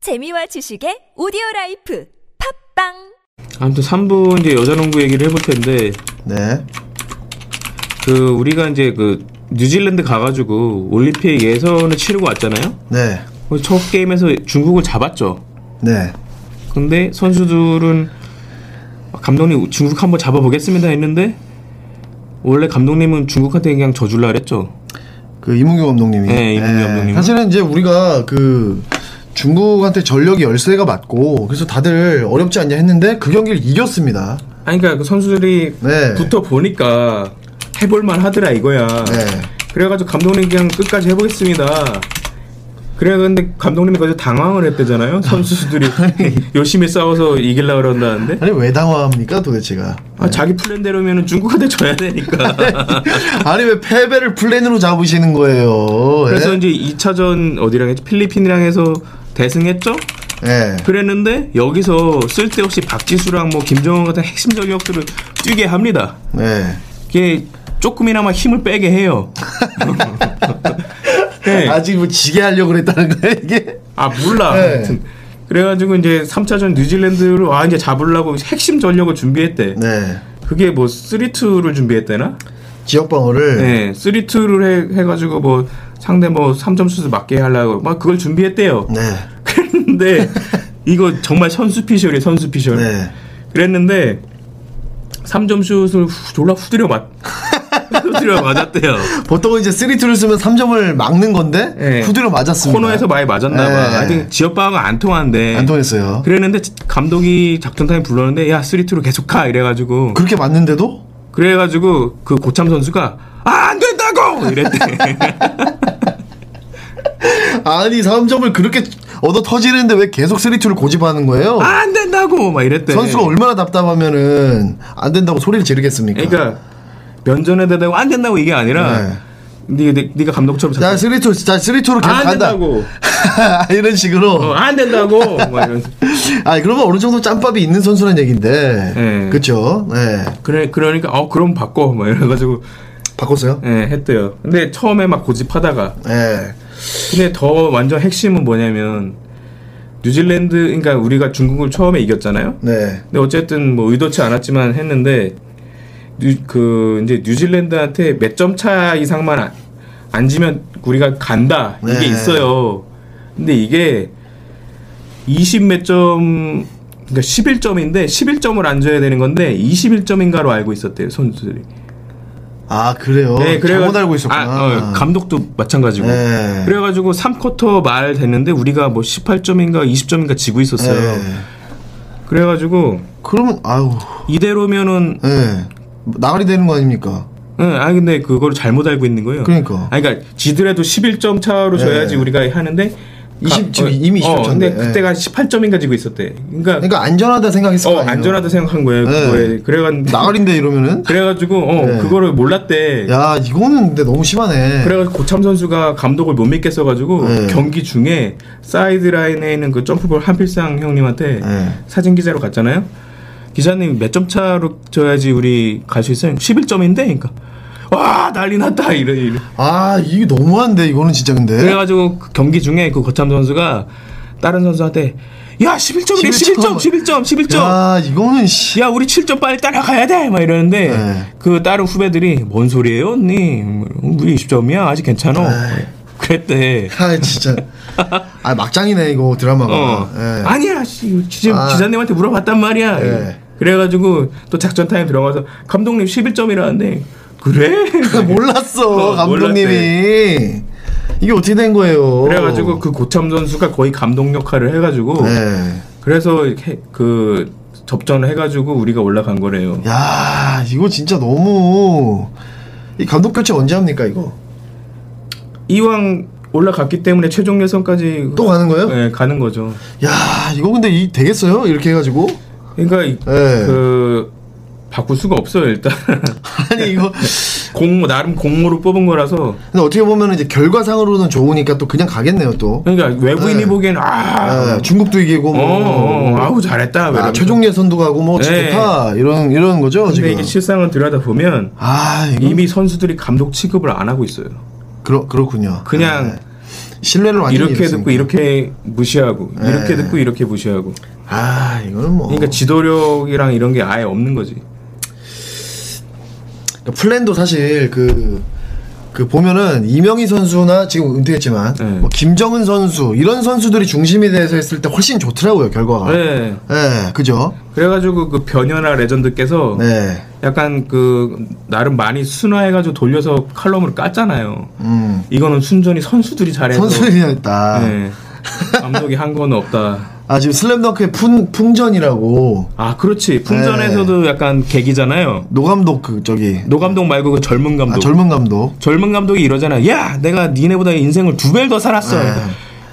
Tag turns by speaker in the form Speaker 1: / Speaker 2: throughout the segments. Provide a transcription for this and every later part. Speaker 1: 재미와 지식의 오디오 라이프 팝빵
Speaker 2: 아무튼 3부 이제 여자농구 얘기를 해볼 텐데
Speaker 3: 네.
Speaker 2: 그 우리가 이제 그 뉴질랜드 가가지고 올림픽 예선을 치르고 왔잖아요.
Speaker 3: 네.
Speaker 2: 그래서 첫 게임에서 중국을 잡았죠.
Speaker 3: 네.
Speaker 2: 근데 선수들은 감독님 중국 한번 잡아보겠습니다 했는데 원래 감독님은 중국한테 그냥 져줄라 그랬죠.
Speaker 3: 그 이문규 감독님이.
Speaker 2: 네, 이문규
Speaker 3: 예.
Speaker 2: 감독님은.
Speaker 3: 사실은 이제 우리가 그 중국한테 전력이 열세가 맞고 그래서 다들 어렵지 않냐 했는데 그 경기를 이겼습니다.
Speaker 2: 아니 그러니까 그 선수들이
Speaker 3: 네.
Speaker 2: 붙어 보니까 해볼만 하더라 이거야.
Speaker 3: 네.
Speaker 2: 그래가지고 감독님 그냥 끝까지 해보겠습니다. 그래 근데 감독님이 거기서 당황을 했대잖아요. 선수들이 열심히 싸워서 이길라 그런다는데.
Speaker 3: 아니 왜 당황합니까 도대체가?
Speaker 2: 아, 자기 플랜대로면 중국한테 져야 되니까.
Speaker 3: 아니 왜 패배를 플랜으로 잡으시는 거예요?
Speaker 2: 그래서 이제 2차전 어디랑 했지? 필리핀이랑 해서 대승했죠?
Speaker 3: 예. 예.
Speaker 2: 그랬는데 여기서 쓸데없이 박지수랑 뭐 김정은 같은 핵심 전력들을 뛰게 합니다.
Speaker 3: 네.
Speaker 2: 이게 조금이나마 힘을 빼게 해요. 네.
Speaker 3: 아직 뭐 지게 하려고 그랬다는 거야 이게?
Speaker 2: 아 몰라.
Speaker 3: 네.
Speaker 2: 하여튼 그래가지고 이제 3차전 뉴질랜드로 아 이제 잡으려고 핵심 전력을 준비했대.
Speaker 3: 네.
Speaker 2: 그게 뭐 3-2를 준비했대나?
Speaker 3: 지역 방어를
Speaker 2: 네. 3-2를 해, 해가지고 뭐 상대 뭐 3점 슛을 맞게 하려고 막 그걸 준비했대요.
Speaker 3: 네.
Speaker 2: 그랬는데 이거 정말 선수 피셜이 선수 피셜.
Speaker 3: 네.
Speaker 2: 그랬는데 3점 슛을 후, 졸라 후드려 맞 후드려 맞았대요.
Speaker 3: 보통은 이제 3-2를 쓰면 3점을 막는 건데
Speaker 2: 네.
Speaker 3: 후드로 맞았습니다.
Speaker 2: 코너에서 많이 맞았나 봐.
Speaker 3: 네.
Speaker 2: 하여튼 지역 방어가 안 통한데.
Speaker 3: 안 통했어요.
Speaker 2: 그랬는데 지- 감독이 작전 타임 불렀는데 야 3-2로 계속 가 이래가지고
Speaker 3: 그렇게 맞는데도
Speaker 2: 그래가지고 그 고참 선수가 아, 안 된다고 이랬대
Speaker 3: 아니 3점을 그렇게 얻어 터지는데 왜 계속 3-2를 고집하는 거예요?
Speaker 2: 아, 네. 안 된다고 막 이랬대
Speaker 3: 선수가 얼마나 답답하면은 안 된다고 소리를 지르겠습니까?
Speaker 2: 그러니까 면전에 대다고 안 된다고 이게 아니라
Speaker 3: 네.
Speaker 2: 네, 네, 네가 감독처럼
Speaker 3: 자 3-2, 자 3-2로 계속
Speaker 2: 안
Speaker 3: 간다.
Speaker 2: 된다고
Speaker 3: 이런 식으로.
Speaker 2: 어, 안 된다고 막 이러면서.
Speaker 3: 아 그러면 어느 정도 짬밥이 있는 선수란 얘긴데.
Speaker 2: 네.
Speaker 3: 그렇죠. 네.
Speaker 2: 그래 그러니까 어 그럼 바꿔 막 이래가지고
Speaker 3: 바꿨어요?
Speaker 2: 예 했대요 근데 처음에 막 고집하다가
Speaker 3: 네.
Speaker 2: 근데 더 완전 핵심은 뭐냐면 뉴질랜드 그러니까 우리가 중국을 처음에 이겼잖아요
Speaker 3: 네.
Speaker 2: 근데 어쨌든 뭐 의도치 않았지만 했는데 뉴, 그 이제 뉴질랜드한테 몇 점 차 이상만 안, 안 지면 우리가 간다 이게
Speaker 3: 네.
Speaker 2: 있어요. 근데 이게 20 몇 점, 그러니까 11점인데 11점을 안 줘야 되는 건데 21점인가로 알고 있었대요 선수들이. 네,
Speaker 3: 아 그래요.
Speaker 2: 그래가-
Speaker 3: 잘못 알고 있었구나.
Speaker 2: 아, 어, 감독도 마찬가지고.
Speaker 3: 네.
Speaker 2: 그래가지고 3쿼터 말 됐는데 우리가 뭐 18점인가 20점인가 지고
Speaker 3: 네.
Speaker 2: 있었어요. 그래가지고
Speaker 3: 그러면 아우.
Speaker 2: 이대로면은
Speaker 3: 네. 나가리 되는 거 아닙니까?
Speaker 2: 응, 아니 근데 그거를 잘못 알고 있는 거예요.
Speaker 3: 그러니까.
Speaker 2: 아니 그러니까 지들에도 11점 차로 져야지
Speaker 3: 예.
Speaker 2: 우리가 하는데 어,
Speaker 3: 20 지금 이미 20점 차인데,
Speaker 2: 근데
Speaker 3: 예.
Speaker 2: 그때가 18점인가 지고 있었대. 그러니까,
Speaker 3: 그러니까 안전하다 생각했을
Speaker 2: 어
Speaker 3: 거 아니에요.
Speaker 2: 안전하다 생각한 거예요.
Speaker 3: 예.
Speaker 2: 그거에. 그래가지고
Speaker 3: 나가린데 이러면은
Speaker 2: 그래가지고 어
Speaker 3: 예.
Speaker 2: 그거를 몰랐대.
Speaker 3: 야 이거는 근데 너무 심하네.
Speaker 2: 그래가지고 고참 선수가 감독을 못 믿겠어가지고
Speaker 3: 예.
Speaker 2: 경기 중에 사이드 라인에 있는 그 점프볼 한필상 형님한테
Speaker 3: 예.
Speaker 2: 사진 기자로 갔잖아요. 기자님 몇 점 차로 져야지 우리 갈 수 있어요? 11점인데, 그러니까 와 난리 났다 이런 이런.
Speaker 3: 아 이게 너무한데 이거는 진짜 근데.
Speaker 2: 그래가지고 그 경기 중에 그 거참 선수가 다른 선수한테 야 11점이래 11점
Speaker 3: 11점,
Speaker 2: 11점 11점 야,
Speaker 3: 야 이거는 씨.
Speaker 2: 우리 7점 빨리 따라가야 돼 막 이러는데
Speaker 3: 네.
Speaker 2: 그 다른 후배들이 뭔 소리예요 언니 우리 20점이야 아직 괜찮아
Speaker 3: 에이.
Speaker 2: 그랬대
Speaker 3: 아 진짜. 아 막장이네 이거 드라마가.
Speaker 2: 어
Speaker 3: 예.
Speaker 2: 아니야 씨 지금
Speaker 3: 아.
Speaker 2: 기자님한테 물어봤단 말이야
Speaker 3: 네.
Speaker 2: 그래가지고 또 작전 타임 들어가서 감독님 11점이라는데 그래
Speaker 3: 몰랐어
Speaker 2: 어,
Speaker 3: 감독님이. 이게 어떻게 된 거예요?
Speaker 2: 그래가지고 그 고참 선수가 거의 감독 역할을 해가지고
Speaker 3: 네.
Speaker 2: 그래서 이렇게 그 접전을 해가지고 우리가 올라간 거래요.
Speaker 3: 야 이거 진짜 너무. 이 감독 교체 언제 합니까 이거?
Speaker 2: 이왕 올라갔기 때문에 최종 예선까지
Speaker 3: 또 가는 거예요?
Speaker 2: 예, 가는 거죠.
Speaker 3: 야 이거 근데 이 되겠어요? 이렇게 해가지고?
Speaker 2: 그러니까 이-
Speaker 3: 예.
Speaker 2: 그 바꿀 수가 없어요 일단
Speaker 3: 아니 이거.
Speaker 2: 공 나름 공모로 뽑은 거라서
Speaker 3: 근데 어떻게 보면 이제 결과상으로는 좋으니까 또 그냥 가겠네요 또.
Speaker 2: 그러니까 외부인이
Speaker 3: 예.
Speaker 2: 보기에는 아,
Speaker 3: 예, 중국도 이기고
Speaker 2: 어,
Speaker 3: 뭐.
Speaker 2: 어, 아우 잘했다.
Speaker 3: 아,
Speaker 2: 이러면서.
Speaker 3: 최종 예선도 가고 뭐
Speaker 2: 네.
Speaker 3: 좋다 이런 이런 거죠
Speaker 2: 근데
Speaker 3: 지금.
Speaker 2: 이게 실상을 들여다 보면
Speaker 3: 아 이거
Speaker 2: 이미 선수들이 감독 취급을 안 하고 있어요.
Speaker 3: 그렇 그렇군요.
Speaker 2: 그냥
Speaker 3: 네. 신뢰를 완전히
Speaker 2: 이렇게
Speaker 3: 잃었으니까.
Speaker 2: 듣고 이렇게 무시하고 이렇게
Speaker 3: 네.
Speaker 2: 듣고 이렇게 무시하고
Speaker 3: 아 이거는 뭐
Speaker 2: 그러니까 지도력이랑 이런 게 아예 없는 거지.
Speaker 3: 그러니까 플랜도 사실 그, 그 보면은 이명희 선수나 지금 은퇴했지만
Speaker 2: 네.
Speaker 3: 뭐 김정은 선수 이런 선수들이 중심이 돼서 했을 때 훨씬 좋더라고요 결과가. 예,
Speaker 2: 네.
Speaker 3: 그죠?
Speaker 2: 그래가지고 그 변현아 레전드께서
Speaker 3: 네,
Speaker 2: 약간 그 나름 많이 순화해가지고 돌려서 칼럼을 깠잖아요.
Speaker 3: 음
Speaker 2: 이거는 순전히 선수들이 잘해서
Speaker 3: 선수들이 했다.
Speaker 2: 네. 감독이 한 건 없다.
Speaker 3: 아 지금 슬램덩크의 풍 풍전이라고
Speaker 2: 아 그렇지 풍전에서도
Speaker 3: 네.
Speaker 2: 약간 계기잖아요.
Speaker 3: 노감독 그 저기
Speaker 2: 노 감독 말고 그 젊은 감독.
Speaker 3: 아 젊은 감독.
Speaker 2: 젊은 감독이 이러잖아. 야, 내가 니네보다 인생을 두 배를 더 살았어.
Speaker 3: 네.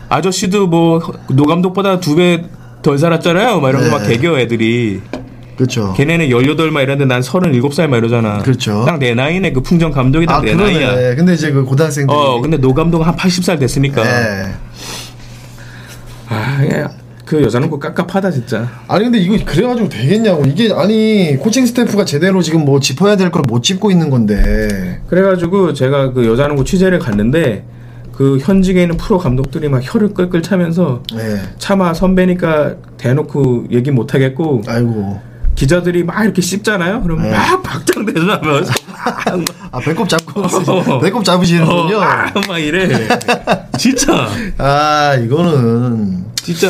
Speaker 2: 아저씨도 뭐 노 감독보다 두 배 덜 살았잖아요. 막 이런 거 막
Speaker 3: 네.
Speaker 2: 개겨 애들이.
Speaker 3: 그렇죠.
Speaker 2: 어. 걔네는 18막 이랬는데 난 37살 막 이러잖아.
Speaker 3: 그렇죠.
Speaker 2: 딱 내 나이네. 그 풍전 감독이 딱
Speaker 3: 아
Speaker 2: 내
Speaker 3: 그러네.
Speaker 2: 나이야.
Speaker 3: 근데 이제 그 고등학생들.
Speaker 2: 어, 근데 노 감독은 한 80살 됐으니까.
Speaker 3: 예.
Speaker 2: 아, 예. 그 여자는 그 깝깝하다 진짜.
Speaker 3: 아니 근데 이거 그래가지고 되겠냐고 이게 아니 코칭 스태프가 제대로 지금 뭐 짚어야 될 걸 못 짚고 있는 건데
Speaker 2: 그래가지고 제가 그 여자농구 취재를 갔는데 그 현직에 있는 프로 감독들이 막 혀를 끌끌 차면서
Speaker 3: 예.
Speaker 2: 차마 선배니까 대놓고 얘기 못 하겠고
Speaker 3: 아이고
Speaker 2: 기자들이 막 이렇게 씹잖아요. 그럼
Speaker 3: 네.
Speaker 2: 막 박장대소하면서
Speaker 3: 아 배꼽 잡고
Speaker 2: 어.
Speaker 3: 배꼽 잡으시는군요
Speaker 2: 막 이래. 진짜
Speaker 3: 아 이거는
Speaker 2: 진짜.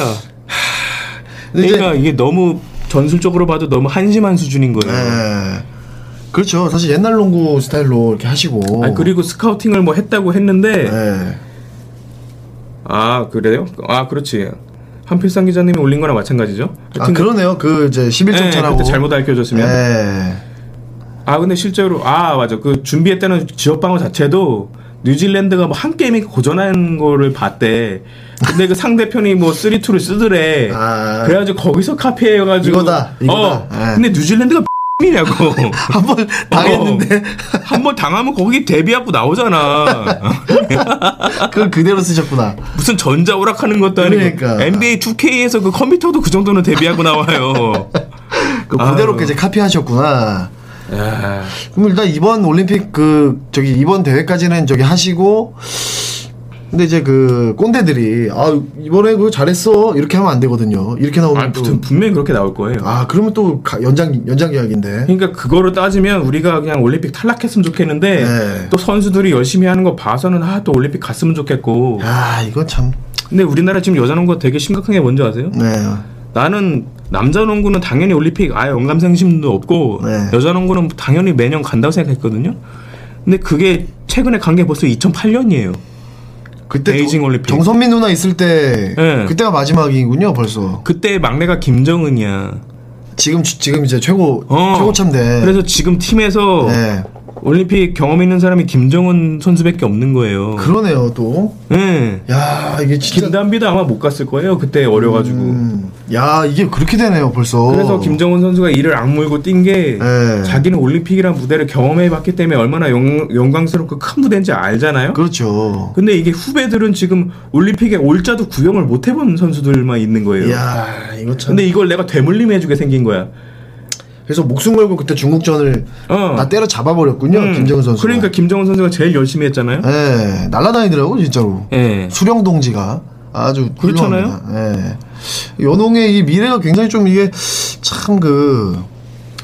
Speaker 3: 근데 이제-
Speaker 2: 그러니까 이게 너무 전술적으로 봐도 너무 한심한 수준인 거예요.
Speaker 3: 예. 그렇죠 사실 옛날 농구 스타일로 이렇게 하시고
Speaker 2: 아 그리고 스카우팅을 뭐 했다고 했는데
Speaker 3: 예.
Speaker 2: 아 그래요? 아 그렇지. 한필상 기자님이 올린 거랑 마찬가지죠.
Speaker 3: 아
Speaker 2: 하여튼
Speaker 3: 그러네요 그 이제
Speaker 2: 예,
Speaker 3: 11점 차라고
Speaker 2: 그때 잘못 알려줬으면.
Speaker 3: 예.
Speaker 2: 아 근데 실제로 아 맞아 그 준비했다는 지역 방어 자체도 뉴질랜드가 뭐 한 게임이 고전한 거를 봤대. 근데 그 상대편이 뭐 3-2를 쓰더래.
Speaker 3: 아.
Speaker 2: 그래가지고 거기서 카피해가지고
Speaker 3: 이거다, 이거다.
Speaker 2: 어,
Speaker 3: 예.
Speaker 2: 근데 뉴질랜드가 이냐고 어.
Speaker 3: 한번 당했는데
Speaker 2: 한번 당하면 거기 대비하고 나오잖아.
Speaker 3: 그걸 그대로 쓰셨구나
Speaker 2: 무슨 전자오락하는 것도 아니고
Speaker 3: 그러니까.
Speaker 2: NBA 2K에서 그 컴퓨터도 그 정도는 대비하고 나와요.
Speaker 3: 그 그대로
Speaker 2: 아유.
Speaker 3: 이제 카피하셨구나
Speaker 2: 예. 야.
Speaker 3: 그럼 일단 이번 올림픽 그 저기 이번 대회까지는 저기 하시고 근데 이제 그 꼰대들이 아 이번에 그 잘했어 이렇게 하면 안 되거든요. 이렇게 나오면
Speaker 2: 아,
Speaker 3: 또
Speaker 2: 무튼 분명히 그렇게 나올 거예요.
Speaker 3: 아 그러면 또 가- 연장 연장 계약인데
Speaker 2: 그러니까 그거를 따지면 우리가 그냥 올림픽 탈락했으면 좋겠는데
Speaker 3: 네.
Speaker 2: 또 선수들이 열심히 하는 거 봐서는 아 또 올림픽 갔으면 좋겠고
Speaker 3: 아 이건 참
Speaker 2: 근데 우리나라 지금 여자 농구 가 되게 심각한 게 뭔지 아세요?
Speaker 3: 네.
Speaker 2: 나는 남자 농구는 당연히 올림픽 아예 언감생심도 없고
Speaker 3: 네.
Speaker 2: 여자 농구는 당연히 매년 간다고 생각했거든요. 근데 그게 최근에 간 게 벌써 2008년이에요.
Speaker 3: 그때
Speaker 2: 베이징 올림픽.
Speaker 3: 정선민 누나 있을 때
Speaker 2: 네.
Speaker 3: 그때가 마지막이군요 벌써
Speaker 2: 그때 막내가 김정은이야.
Speaker 3: 지금 주- 지금 이제 최고
Speaker 2: 어.
Speaker 3: 최고 참대
Speaker 2: 그래서 지금 팀에서
Speaker 3: 네.
Speaker 2: 올림픽 경험 있는 사람이 김정은 선수밖에 없는 거예요.
Speaker 3: 그러네요 또
Speaker 2: 예.
Speaker 3: 야 이게 진짜
Speaker 2: 김단비도 아마 못 갔을 거예요. 그때 어려가지고.
Speaker 3: 음, 야 이게 그렇게 되네요 벌써
Speaker 2: 그래서 김정은 선수가 이를 악물고 뛴 게
Speaker 3: 네.
Speaker 2: 자기는 올림픽이란 무대를 경험해봤기 때문에 얼마나 영, 영광스럽고 큰 무대인지 알잖아요.
Speaker 3: 그렇죠
Speaker 2: 근데 이게 후배들은 지금 올림픽에 올자도 구경을 못 해본 선수들만 있는 거예요.
Speaker 3: 야 이거 참
Speaker 2: 근데 이걸 내가 되물림 해주게 생긴 거야.
Speaker 3: 그래서 목숨 걸고 그때 중국전을
Speaker 2: 어.
Speaker 3: 다 때려 잡아버렸군요
Speaker 2: 음.
Speaker 3: 김정은 선수.
Speaker 2: 그러니까 김정은 선수가 제일 열심히 했잖아요.
Speaker 3: 예 날라다니더라고 진짜로.
Speaker 2: 예.
Speaker 3: 수령 동지가 아주
Speaker 2: 그렇잖아요.
Speaker 3: 훌륭합니다. 예. 연홍의 이 미래가 굉장히 좀 이게 참 그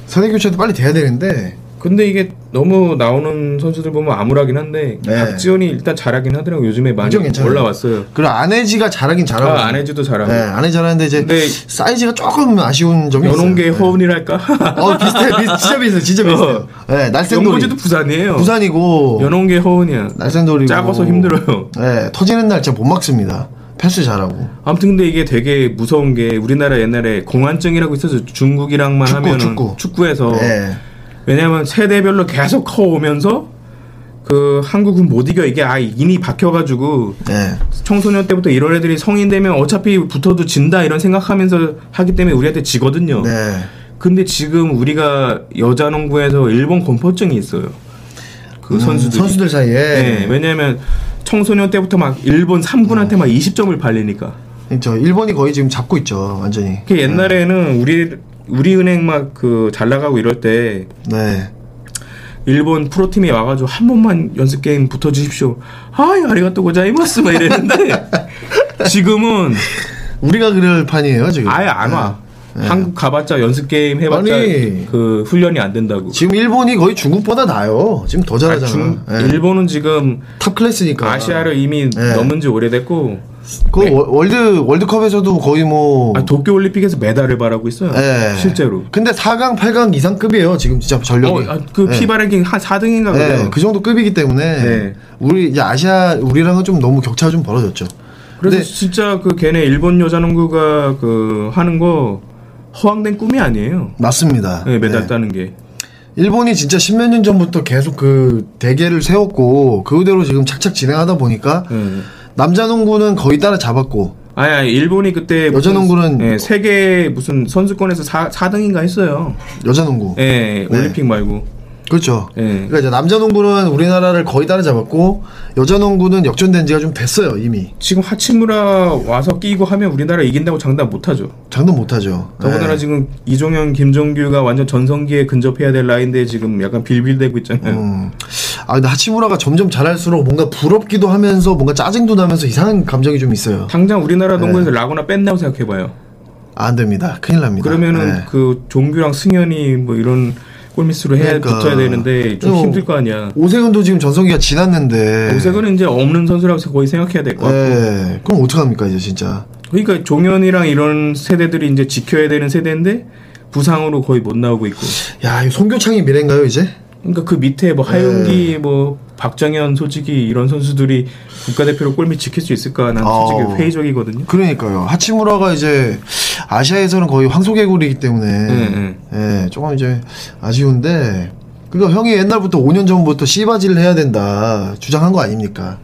Speaker 3: 세대 교체도 빨리 돼야 되는데
Speaker 2: 근데 이게 너무 나오는 선수들 보면 암울하긴 한데
Speaker 3: 네.
Speaker 2: 박지원이 일단 잘하긴 하더라고 요즘에 많이
Speaker 3: 완전 괜찮아요.
Speaker 2: 올라왔어요.
Speaker 3: 그리고 안혜지가 잘하긴 잘하고.
Speaker 2: 아, 안혜지도 잘하고.
Speaker 3: 예, 안혜지 잘하는데 이제
Speaker 2: 근데
Speaker 3: 사이즈가 조금 아쉬운 점이 있어요.
Speaker 2: 연홍계
Speaker 3: 예.
Speaker 2: 허운이랄까?
Speaker 3: 어 비슷해, 비슷, 진짜 비슷해, 진짜 비슷해요. 예, 날쌘돌이
Speaker 2: 연고지도 부산이에요.
Speaker 3: 부산이고
Speaker 2: 연홍계 허운이야.
Speaker 3: 날쌘돌이고
Speaker 2: 작아서 힘들어요.
Speaker 3: 예, 터지는 날 진짜 못 막습니다. 패스 잘하고.
Speaker 2: 아무튼 근데 이게 되게 무서운 게 우리나라 옛날에 공안증이라고 있어서 중국이랑만
Speaker 3: 축구,
Speaker 2: 하면
Speaker 3: 축구.
Speaker 2: 에서
Speaker 3: 예.
Speaker 2: 왜냐하면 세대별로 계속 커오면서 그 한국은 못 이겨 이게 아 인이 박혀가지고
Speaker 3: 예.
Speaker 2: 청소년 때부터 이런 애들이 성인 되면 어차피 붙어도 진다 이런 생각하면서 하기 때문에 우리한테 지거든요.
Speaker 3: 네.
Speaker 2: 근데 지금 우리가 여자 농구에서 일본 공포증이 있어요. 그
Speaker 3: 음,
Speaker 2: 선수들.
Speaker 3: 선수들 사이에
Speaker 2: 네, 왜냐하면 청소년 때부터 막 일본 3군한테 막 20점을 발리니까.
Speaker 3: 저 일본이 거의 지금 잡고 있죠 완전히
Speaker 2: 그 옛날에는 우리 우리 은행 막 그 잘 나가고 이럴 때
Speaker 3: 네
Speaker 2: 일본 프로팀이 와가지고 한 번만 연습 게임 붙어 주십시오. 아이 아리가또 고자이마스 막 이랬는데 지금은
Speaker 3: 우리가 그럴 판이에요 지금. 네.
Speaker 2: 아예 안 와. 한국 가봤자 연습 게임 해봤자
Speaker 3: 아니.
Speaker 2: 그 훈련이 안 된다고.
Speaker 3: 지금 일본이 거의 중국보다 나요. 지금 더
Speaker 2: 아,
Speaker 3: 잘하잖아. 그러니까.
Speaker 2: 중,
Speaker 3: 예.
Speaker 2: 일본은 지금
Speaker 3: 탑 클래스니까.
Speaker 2: 아시아를 이미
Speaker 3: 예.
Speaker 2: 넘은 지 오래됐고
Speaker 3: 그 월- 월드 월드컵에서도 거의 뭐.
Speaker 2: 아, 도쿄 올림픽에서 메달을 바라고 있어요.
Speaker 3: 예.
Speaker 2: 실제로.
Speaker 3: 근데 4강, 8강 이상급이에요. 지금 진짜
Speaker 2: 어,
Speaker 3: 전력이.
Speaker 2: 아, 그
Speaker 3: 예.
Speaker 2: 피바 랭킹 한 4등인가 그래요.
Speaker 3: 네, 그 정도 급이기 때문에
Speaker 2: 네.
Speaker 3: 우리 이제 아시아 우리랑은 좀 너무 격차가 좀 벌어졌죠.
Speaker 2: 그래서
Speaker 3: 근데
Speaker 2: 진짜 그 걔네 일본 여자농구가 그 하는 거 허황된 꿈이 아니에요.
Speaker 3: 맞습니다.
Speaker 2: 네, 메달
Speaker 3: 네.
Speaker 2: 따는 게.
Speaker 3: 일본이 진짜 십몇 년 전부터 계속 그 대계를 세웠고 그대로 지금 착착 진행하다 보니까
Speaker 2: 네.
Speaker 3: 남자 농구는 거의 따라잡았고
Speaker 2: 아니, 아니 일본이 그때
Speaker 3: 여자
Speaker 2: 무슨,
Speaker 3: 농구는-
Speaker 2: 예, 세계 무슨 선수권에서 4, 4등인가 했어요.
Speaker 3: 여자 농구
Speaker 2: 예,
Speaker 3: 네.
Speaker 2: 올림픽 말고.
Speaker 3: 그렇죠.
Speaker 2: 네.
Speaker 3: 그러니까 이제 남자 농구는 우리나라를 거의 따라잡았고 여자 농구는 역전된 지가 좀 됐어요 이미
Speaker 2: 지금 하치무라 와서 끼고 하면 우리나라 이긴다고 장담 못하죠.
Speaker 3: 장담 못하죠.
Speaker 2: 더군다나
Speaker 3: 네.
Speaker 2: 지금 이종현, 김종규가 완전 전성기에 근접해야 될 라인데 지금 약간 빌빌대고 있잖아요.
Speaker 3: 음. 아 근데 하치무라가 점점 잘할수록 뭔가 부럽기도 하면서 뭔가 짜증도 나면서 이상한 감정이 좀 있어요.
Speaker 2: 당장 우리나라 농구에서
Speaker 3: 네.
Speaker 2: 라구나 뺐다고 생각해봐요.
Speaker 3: 안 됩니다. 큰일 납니다.
Speaker 2: 그러면은
Speaker 3: 네.
Speaker 2: 그 종규랑 승현이 뭐 이런 골미스로 해야
Speaker 3: 그러니까.
Speaker 2: 붙어야 되는데 좀
Speaker 3: 어.
Speaker 2: 힘들 거 아니야.
Speaker 3: 오세근도 지금 전성기가 지났는데.
Speaker 2: 오색은 이제 없는 선수라고 거의 생각해야 될 것 같고.
Speaker 3: 네. 그럼 어떡합니까 이제 진짜.
Speaker 2: 그러니까 종현이랑 이런 세대들이 이제 지켜야 되는 세대인데 부상으로 거의 못 나오고 있고.
Speaker 3: 야, 이 송교창이 미래인가요 이제?
Speaker 2: 그러니까 그 밑에
Speaker 3: 네.
Speaker 2: 뭐 하윤기 뭐 박정현 솔직히 이런 선수들이 국가대표로 골밑 지킬 수 있을까? 난 솔직히
Speaker 3: 아우.
Speaker 2: 회의적이거든요.
Speaker 3: 그러니까요. 하치무라가 이제 아시아에서는 거의 황소개구리이기 때문에.
Speaker 2: 네, 네.
Speaker 3: 예, 조금 이제 아쉬운데. 그러니까 형이 옛날부터 5년 전부터 씨바지를 해야 된다 주장한 거 아닙니까?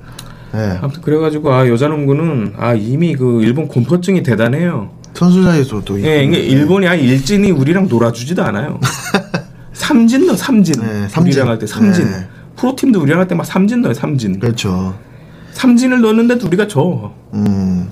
Speaker 3: 예.
Speaker 2: 아무튼 그래가지고 아 여자농구는 아 이미 그 일본 공포증이 대단해요.
Speaker 3: 선수 사이에서도.
Speaker 2: 예, 그러니까 일본이 아니 일진이 우리랑 놀아주지도 않아요. 삼진 넣어 삼진.
Speaker 3: 네, 삼진.
Speaker 2: 우리랑 할 때 삼진.
Speaker 3: 네.
Speaker 2: 프로팀도 우리랑 할 때 막 삼진 넣어요 삼진.
Speaker 3: 그렇죠.
Speaker 2: 삼진을 넣는데도 우리가 져.
Speaker 3: 음.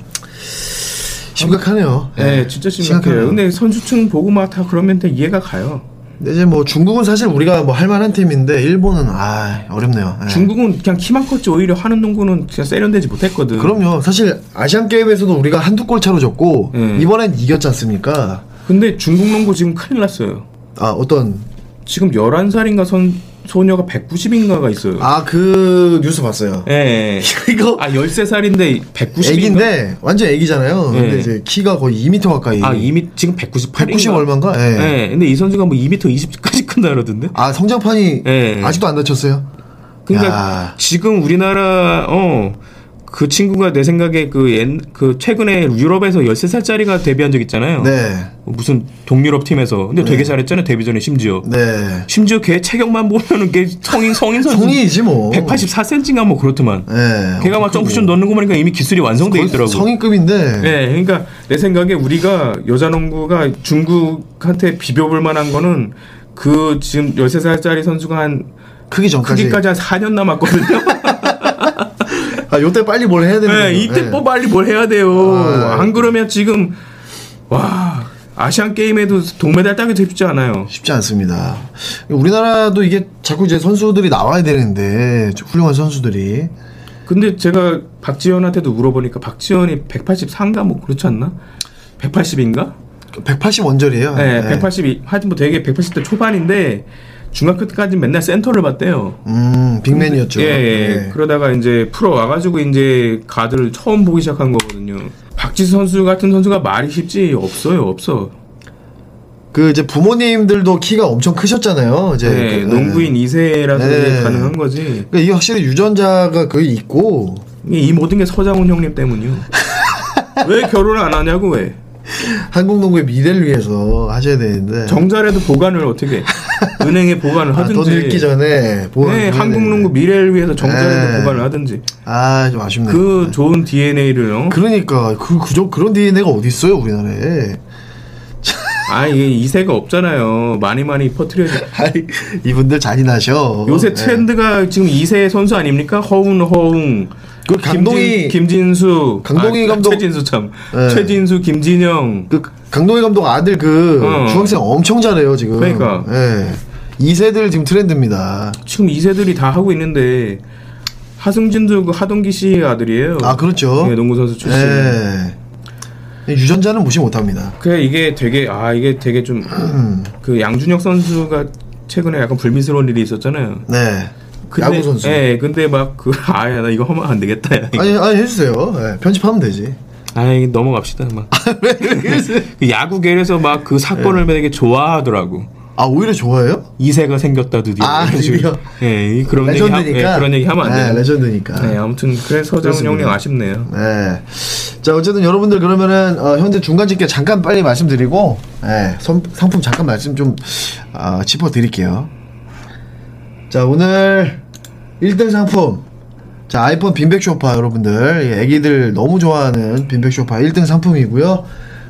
Speaker 3: 심각하네요.
Speaker 2: 예, 진짜 심각해요. 근데 선수층 보고 막 다 그러면 다 이해가 가요.
Speaker 3: 근데 이제 뭐 중국은 사실 우리가 뭐 할만한 팀인데 일본은 아 어렵네요. 예.
Speaker 2: 중국은 그냥 키만 컸지 오히려 하는 농구는 그냥 세련되지 못했거든.
Speaker 3: 그럼요. 사실 아시안 게임에서도 우리가 한두 골 차로 졌고
Speaker 2: 음.
Speaker 3: 이번엔 이겼지 않습니까?
Speaker 2: 근데 중국 농구 지금 큰일 났어요.
Speaker 3: 아 어떤
Speaker 2: 지금 11살인가 선, 소녀가 190인가가 있어요.
Speaker 3: 아 그 뉴스 봤어요.
Speaker 2: 예. 예.
Speaker 3: 이거
Speaker 2: 아, 13살인데 190인가?
Speaker 3: 애기인데 완전 애기잖아요. 근데
Speaker 2: 예.
Speaker 3: 이제 키가 거의 2m 가까이.
Speaker 2: 아, 이미 지금 198인가?
Speaker 3: 190 얼마인가? 예.
Speaker 2: 예. 근데 이 선수가 뭐 2m 20까지 큰다 그러던데.
Speaker 3: 아 성장판이
Speaker 2: 예.
Speaker 3: 아직도 안 다쳤어요.
Speaker 2: 그러니까
Speaker 3: 야.
Speaker 2: 지금 우리나라 어 그 친구가 내 생각에 그, 옛, 그 최근에 유럽에서 13살짜리가 데뷔한 적 있잖아요.
Speaker 3: 네,
Speaker 2: 무슨 동유럽 팀에서. 근데 되게 잘했잖아요. 데뷔 전에 심지어.
Speaker 3: 네.
Speaker 2: 심지어 걔 체격만 보면은 걔 성인 성인 선수
Speaker 3: 성인이지 뭐.
Speaker 2: 184cm인가 뭐 그렇더만.
Speaker 3: 예.
Speaker 2: 걔가 막 점프슛 넣는 거 보니까 이미 기술이 완성돼
Speaker 3: 거의
Speaker 2: 있더라고.
Speaker 3: 성인급인데.
Speaker 2: 네, 그러니까 내 생각에 우리가 여자 농구가 중국한테 비벼볼 만한 거는 그 지금 13살짜리 선수가 한
Speaker 3: 크기 전까지.
Speaker 2: 크기까지 한 4년 남았거든요.
Speaker 3: 아 요때 빨리 뭘 해야 되는
Speaker 2: 네,
Speaker 3: 거예요.
Speaker 2: 이때
Speaker 3: 예.
Speaker 2: 뽑 빨리 뭘 해야 돼요.
Speaker 3: 아.
Speaker 2: 안 그러면 지금 와 아시안 게임에도 동메달 따기 쉽지 않아요.
Speaker 3: 쉽지 않습니다. 우리나라도 이게 자꾸 이제 선수들이 나와야 되는데 좀 훌륭한 선수들이
Speaker 2: 근데 제가 박지현한테도 물어보니까 박지현이 183인가 뭐 그렇지 않나? 180인가?
Speaker 3: 180 원절이에요.
Speaker 2: 네, 182. 하여튼 뭐 되게 180대 초반인데 중학교 때까지 맨날 센터를 봤대요.
Speaker 3: 음, 빅맨이었죠.
Speaker 2: 예, 예.
Speaker 3: 예.
Speaker 2: 그러다가 이제 프로 와가지고 이제 가드를 처음 보기 시작한 거거든요. 박지수 선수 같은 선수가 말이 쉽지 없어요, 없어.
Speaker 3: 그 이제 부모님들도 키가 엄청 크셨잖아요. 이제
Speaker 2: 네,
Speaker 3: 그-
Speaker 2: 농구인 2세라서
Speaker 3: 예.
Speaker 2: 가능한 거지.
Speaker 3: 그러니까 이게 확실히 유전자가 거의 있고
Speaker 2: 이, 이 모든 게 서장훈 형님 때문이요. 왜 결혼 안 하냐고 왜?
Speaker 3: 한국 농구의 미래를 위해서 하셔야 되는데
Speaker 2: 정자라도 보관을 어떻게 해? 은행에 보관을
Speaker 3: 네. 아, 더 늙기
Speaker 2: 하든지.
Speaker 3: 전에 보완
Speaker 2: 네,
Speaker 3: 해야
Speaker 2: 한국
Speaker 3: 되는데.
Speaker 2: 농구 미래를 위해서 정자라도
Speaker 3: 예.
Speaker 2: 보관을 하든지.
Speaker 3: 아, 좀 아쉽네요.
Speaker 2: 그 좋은 DNA를 어?
Speaker 3: 그러니까 그 그저 그런 DNA가 어디 있어요, 우리나라에.
Speaker 2: 아 이게 이세가 없잖아요. 많이 많이 퍼트려야 돼.
Speaker 3: 아니, 이분들 잔인하셔.
Speaker 2: 요새
Speaker 3: 예.
Speaker 2: 트렌드가 지금 이세 선수 아닙니까? 허웅, 허웅.
Speaker 3: 그 감동이-
Speaker 2: 김진, 수 아,
Speaker 3: 강동희 감독-
Speaker 2: 최진수 참.
Speaker 3: 예.
Speaker 2: 최진수, 김진영.
Speaker 3: 그 강동희 감독 아들 그
Speaker 2: 어.
Speaker 3: 중학생 엄청 잘해요 지금.
Speaker 2: 그러니까.
Speaker 3: 예. 2세들 지금 트렌드입니다.
Speaker 2: 지금 이세들이 다 하고 있는데 하승진도 그 하동기 씨 아들이에요.
Speaker 3: 아 그렇죠.
Speaker 2: 예, 농구 선수 출신.
Speaker 3: 예. 유전자는 무시 못합니다.
Speaker 2: 그 이게 되게 아 이게 되게 좀 그 양준혁 선수가 최근에 약간 불미스러운 일이 있었잖아요.
Speaker 3: 네. 야구 선수.
Speaker 2: 예, 근데 막 그 아야 나 이거 하면 안 되겠다. 야, 이거.
Speaker 3: 아니 아니 해주세요. 예, 편집하면 되지.
Speaker 2: 아이 넘어갑시다. 막 그 야구계에서 막 그
Speaker 3: 예.
Speaker 2: 사건을 되게 좋아하더라고.
Speaker 3: 아 오히려 좋아해요?
Speaker 2: 이세가 생겼다 드디어.
Speaker 3: 아,
Speaker 2: 이런 식으로. 예, 이- 그런 얘기 하,
Speaker 3: 레전드니까.
Speaker 2: 예, 그런 얘기 하면 안
Speaker 3: 네,
Speaker 2: 돼요.
Speaker 3: 레전드니까.
Speaker 2: 네, 아무튼 그래서 서장훈 형님 아쉽네요.
Speaker 3: 네. 자 어쨌든 여러분들 그러면은 어, 현재 중간 집계 잠깐 빨리 말씀드리고 네, 선- 상품 잠깐 말씀 좀 아, 짚어드릴게요. 자 오늘 1등 상품 자 아이폰 빈백 쇼파 여러분들 예, 애기들 너무 좋아하는 빈백 쇼파 1등 상품이고요.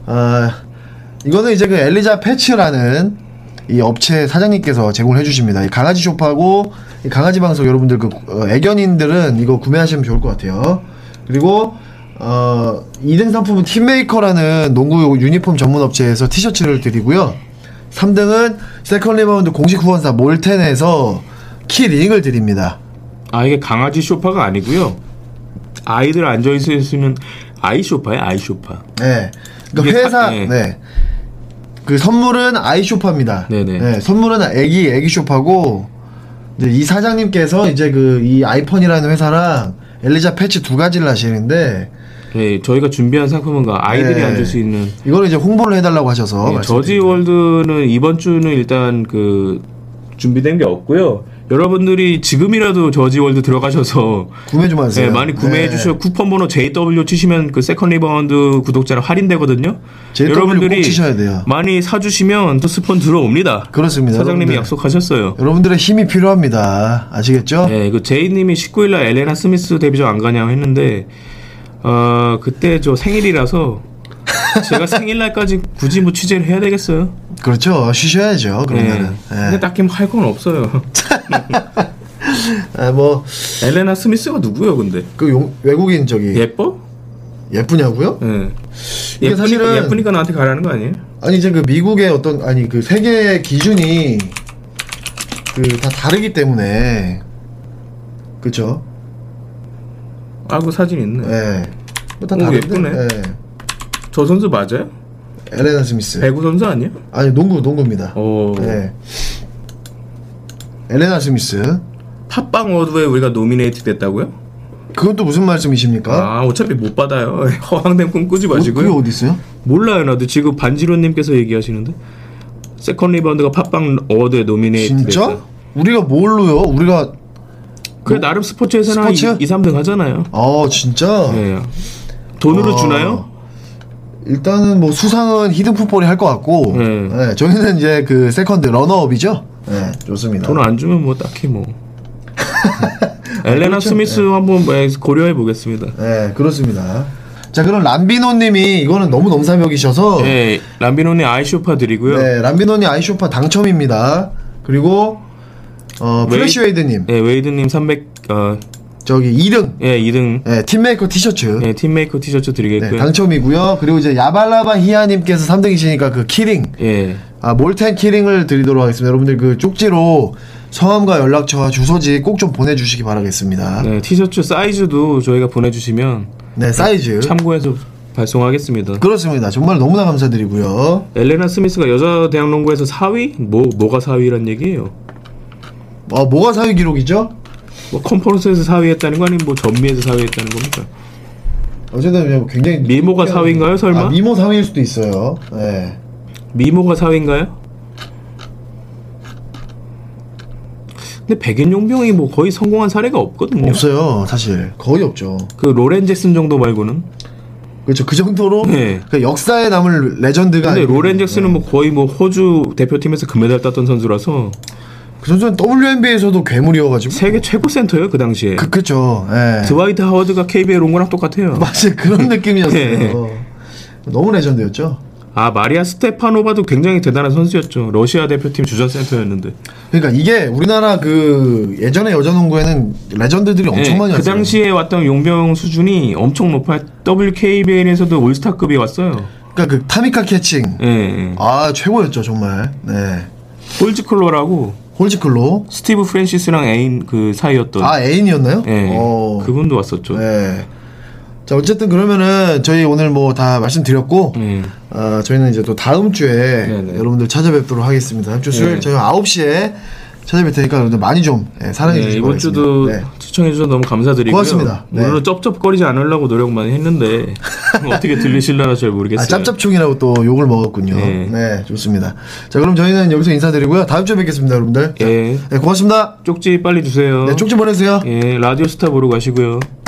Speaker 3: 아 이거는 이제 그 엘리자 패츠라는 이 업체 사장님께서 제공해 주십니다. 이 강아지 쇼파고 이 강아지 방석 여러분들 그 어, 애견인들은 이거 구매하시면 좋을 것 같아요. 그리고 어 2등 상품은 팀메이커라는 농구 유니폼 전문 업체에서 티셔츠를 드리고요. 3등은 세컨 리바운드 공식 후원사 몰텐에서 키링을 드립니다.
Speaker 2: 아 이게 강아지 쇼파가 아니고요. 아이들 앉아 있을 수 있는 아이 쇼파예요, 아이 쇼파.
Speaker 3: 네.
Speaker 2: 이게
Speaker 3: 그러니까 회사
Speaker 2: 사- 예.
Speaker 3: 네. 그 선물은 아이 쇼파입니다.
Speaker 2: 네네.
Speaker 3: 네, 선물은 애기 애기 쇼파고 이제 이 사장님께서 이제 그 이 아이폰이라는 회사랑 엘리자 패치 두 가지를 하시는데
Speaker 2: 네, 저희가 준비한 상품은 그 아이들이
Speaker 3: 네.
Speaker 2: 앉을 수 있는
Speaker 3: 이거를 이제 홍보를 해달라고 하셔서
Speaker 2: 네,
Speaker 3: 말씀드린
Speaker 2: 저지 월드는 이번 주는 일단 그 준비된 게 없고요. 여러분들이 지금이라도 저지 월드 들어가셔서
Speaker 3: 구매 좀 하세요.
Speaker 2: 네, 많이 구매해
Speaker 3: 네.
Speaker 2: 주시고 쿠폰 번호 JW 치시면 그 세컨 리바운드 구독자를 할인되거든요.
Speaker 3: JW 꼭 치셔야 돼요.
Speaker 2: 많이 사 주시면 또 스폰 들어옵니다.
Speaker 3: 그렇습니다.
Speaker 2: 사장님이
Speaker 3: 여러분들.
Speaker 2: 약속하셨어요.
Speaker 3: 여러분들의 힘이 필요합니다. 아시겠죠?
Speaker 2: 네, 그 제이님이 19일 날 엘레나 스미스 데뷔전 안 가냐고 했는데 어, 그때 저 생일이라서 제가 생일날까지 굳이 뭐 취재를 해야 되겠어요? 네.
Speaker 3: 그렇죠. 쉬셔야죠. 그러면은. 네.
Speaker 2: 근데 딱히 할 건 없어요.
Speaker 3: 아, 뭐,
Speaker 2: 엘레나 스미스가 누구요, 근데?
Speaker 3: 그 용- 외국인 저기
Speaker 2: 예뻐?
Speaker 3: 예쁘냐고요?
Speaker 2: 예.
Speaker 3: 이게
Speaker 2: 예쁘니까,
Speaker 3: 사실은-
Speaker 2: 예쁘니까 나한테 가라는 거 아니에요?
Speaker 3: 아니 이제 그 미국의 어떤 아니 그 세계의 기준이 그 다 다르기 때문에 그렇죠.
Speaker 2: 아, 그 사진 있네.
Speaker 3: 예. 네. 뭐다
Speaker 2: 오, 예쁘네.
Speaker 3: 예.
Speaker 2: 저 선수 맞아요?
Speaker 3: 엘레나 스미스.
Speaker 2: 배구 선수 어, 아니야?
Speaker 3: 아니 농구 농구입니다.
Speaker 2: 오.
Speaker 3: 예. 엘레나 스미스.
Speaker 2: 팟빵 어드에 우리가 노미네이트 됐다고요?
Speaker 3: 그건 또 무슨 말씀이십니까?
Speaker 2: 아, 어차피 못 받아요. 허황된 꿈 꾸지
Speaker 3: 옷, 그게
Speaker 2: 마시고요.
Speaker 3: 어디 있어요?
Speaker 2: 몰라요, 나도 지금 반지로님께서 얘기하시는데. 세컨 리바운드가 팟빵 어워드에 예, 노미네이트
Speaker 3: 진짜?
Speaker 2: 됐다.
Speaker 3: 우리가 뭘로요? 우리가
Speaker 2: 그래, 나름 스포츠에서는
Speaker 3: 어? 스포츠?
Speaker 2: 한 2, 3등 하잖아요.
Speaker 3: 아 진짜?
Speaker 2: 예. 돈으로
Speaker 3: 어.
Speaker 2: 주나요?
Speaker 3: 일단은 뭐 수상은 히든 풋볼이 할 것 같고
Speaker 2: 네.
Speaker 3: 예, 저희는 이제 그 세컨드 러너업이죠. 네, 좋습니다.
Speaker 2: 돈 안 주면 뭐 딱히 뭐.
Speaker 3: 아,
Speaker 2: 엘레나
Speaker 3: 그렇죠.
Speaker 2: 스미스 한번 뭐 고려해 보겠습니다.
Speaker 3: 네, 그렇습니다. 자, 그럼 람비노님이 이거는 너무 넘사벽이셔서 네,
Speaker 2: 네, 람비노님 아이쇼파 드리고요. 네.
Speaker 3: 람비노님 아이쇼파 당첨입니다. 그리고 어,
Speaker 2: 웨이-
Speaker 3: 플래시웨이드님
Speaker 2: 네, 웨이드님 300, 어,
Speaker 3: 저기 2등
Speaker 2: 예, 2등.
Speaker 3: 네, 팀메이커 티셔츠
Speaker 2: 예, 팀메이커 티셔츠
Speaker 3: 네,
Speaker 2: 드리겠고요.
Speaker 3: 당첨이고요. 그리고 이제 야발라바 히아님께서 3등이시니까 그 키링
Speaker 2: 예.
Speaker 3: 아, 몰텐 키링을 드리도록 하겠습니다. 여러분들 그 쪽지로 성함과 연락처와 주소지 꼭 좀 보내주시기 바라겠습니다. 네,
Speaker 2: 네, 티셔츠 사이즈도 저희가 보내주시면
Speaker 3: 사이즈
Speaker 2: 예. 참고해서 발송하겠습니다.
Speaker 3: 그렇습니다. 정말 너무나 감사드리고요.
Speaker 2: 엘레나 스미스가 여자 대학농구에서 4위? 뭐, 뭐가 4위란 얘기예요?
Speaker 3: 어, 뭐가 사유 기록이죠?
Speaker 2: 뭐 컨퍼런스에서 4위 했다는 거 아니면 뭐 전미에서 4위 했다는 겁니까?
Speaker 3: 어쨌든 그냥 굉장히
Speaker 2: 미모가
Speaker 3: 특이한-
Speaker 2: 4위인가요, 설마?
Speaker 3: 아, 미모 4위일 수도 있어요. 예.
Speaker 2: 미모가 4위인가요? 근데 백인 용병이 뭐 거의 성공한 사례가 없거든요.
Speaker 3: 없어요, 사실. 거의 없죠.
Speaker 2: 그 로렌 잭슨 정도 말고는.
Speaker 3: 그렇죠. 그 정도로
Speaker 2: 네.
Speaker 3: 그 역사에 남을 레전드가
Speaker 2: 근데
Speaker 3: 아니고
Speaker 2: 로렌
Speaker 3: 네.
Speaker 2: 잭슨은 뭐 거의 뭐 호주 대표팀에서 금메달 땄던 선수라서
Speaker 3: 그 선수는 WNBA에서도 괴물이어가지고
Speaker 2: 세계 최고 센터예요 그 당시에.
Speaker 3: 그 그렇죠. 예.
Speaker 2: 드와이트 하워드가 KBL 온 거랑 똑같아요.
Speaker 3: 맞아요. 그런 느낌이었어요.
Speaker 2: 네.
Speaker 3: 너무 레전드였죠.
Speaker 2: 아 마리아 스테파노바도 굉장히 대단한 선수였죠. 러시아 대표팀 주전 센터였는데.
Speaker 3: 그러니까 이게 우리나라 그 예전에 여자농구에는 레전드들이 엄청
Speaker 2: 예,
Speaker 3: 많이
Speaker 2: 그
Speaker 3: 왔어요.
Speaker 2: 당시에 왔던 용병 수준이 엄청 높아 WKBL에서도 올스타급이 왔어요.
Speaker 3: 그러니까 그
Speaker 2: 네.
Speaker 3: 타미카 캐칭.
Speaker 2: 예, 예.
Speaker 3: 아 최고였죠 정말. 네.
Speaker 2: 홀즈클로라고
Speaker 3: 홀지클로.
Speaker 2: 스티브 프랜시스랑 애인 그 사이였던
Speaker 3: 아, 애인이었나요?
Speaker 2: 예,
Speaker 3: 어.
Speaker 2: 그분도 왔었죠.
Speaker 3: 예. 자, 어쨌든 그러면은 저희 오늘 뭐 다 말씀드렸고,
Speaker 2: 네.
Speaker 3: 어, 저희는 이제 또 다음 주에
Speaker 2: 네네.
Speaker 3: 여러분들 찾아뵙도록 하겠습니다. 다음 주 수요일
Speaker 2: 네.
Speaker 3: 저희 9시에 찾아뵐 테니까 여러분들 많이 좀 예, 사랑해
Speaker 2: 네,
Speaker 3: 주시기
Speaker 2: 이번
Speaker 3: 바랍니다.
Speaker 2: 주도
Speaker 3: 네.
Speaker 2: 추천해 주셔서 너무 감사드리고요.
Speaker 3: 고맙습니다. 네.
Speaker 2: 물론 쩝쩝거리지 않으려고 노력 많이 했는데 어떻게 들리실려나 잘 모르겠어요.
Speaker 3: 아, 짭짭총이라고 또 욕을 먹었군요.
Speaker 2: 네.
Speaker 3: 네. 좋습니다. 자, 그럼 저희는 여기서 인사드리고요. 다음 주에 뵙겠습니다, 여러분들.
Speaker 2: 예. 어?
Speaker 3: 네, 고맙습니다.
Speaker 2: 쪽지 빨리 주세요.
Speaker 3: 네, 쪽지 보내세요.
Speaker 2: 예, 라디오 스타 보러 가시고요.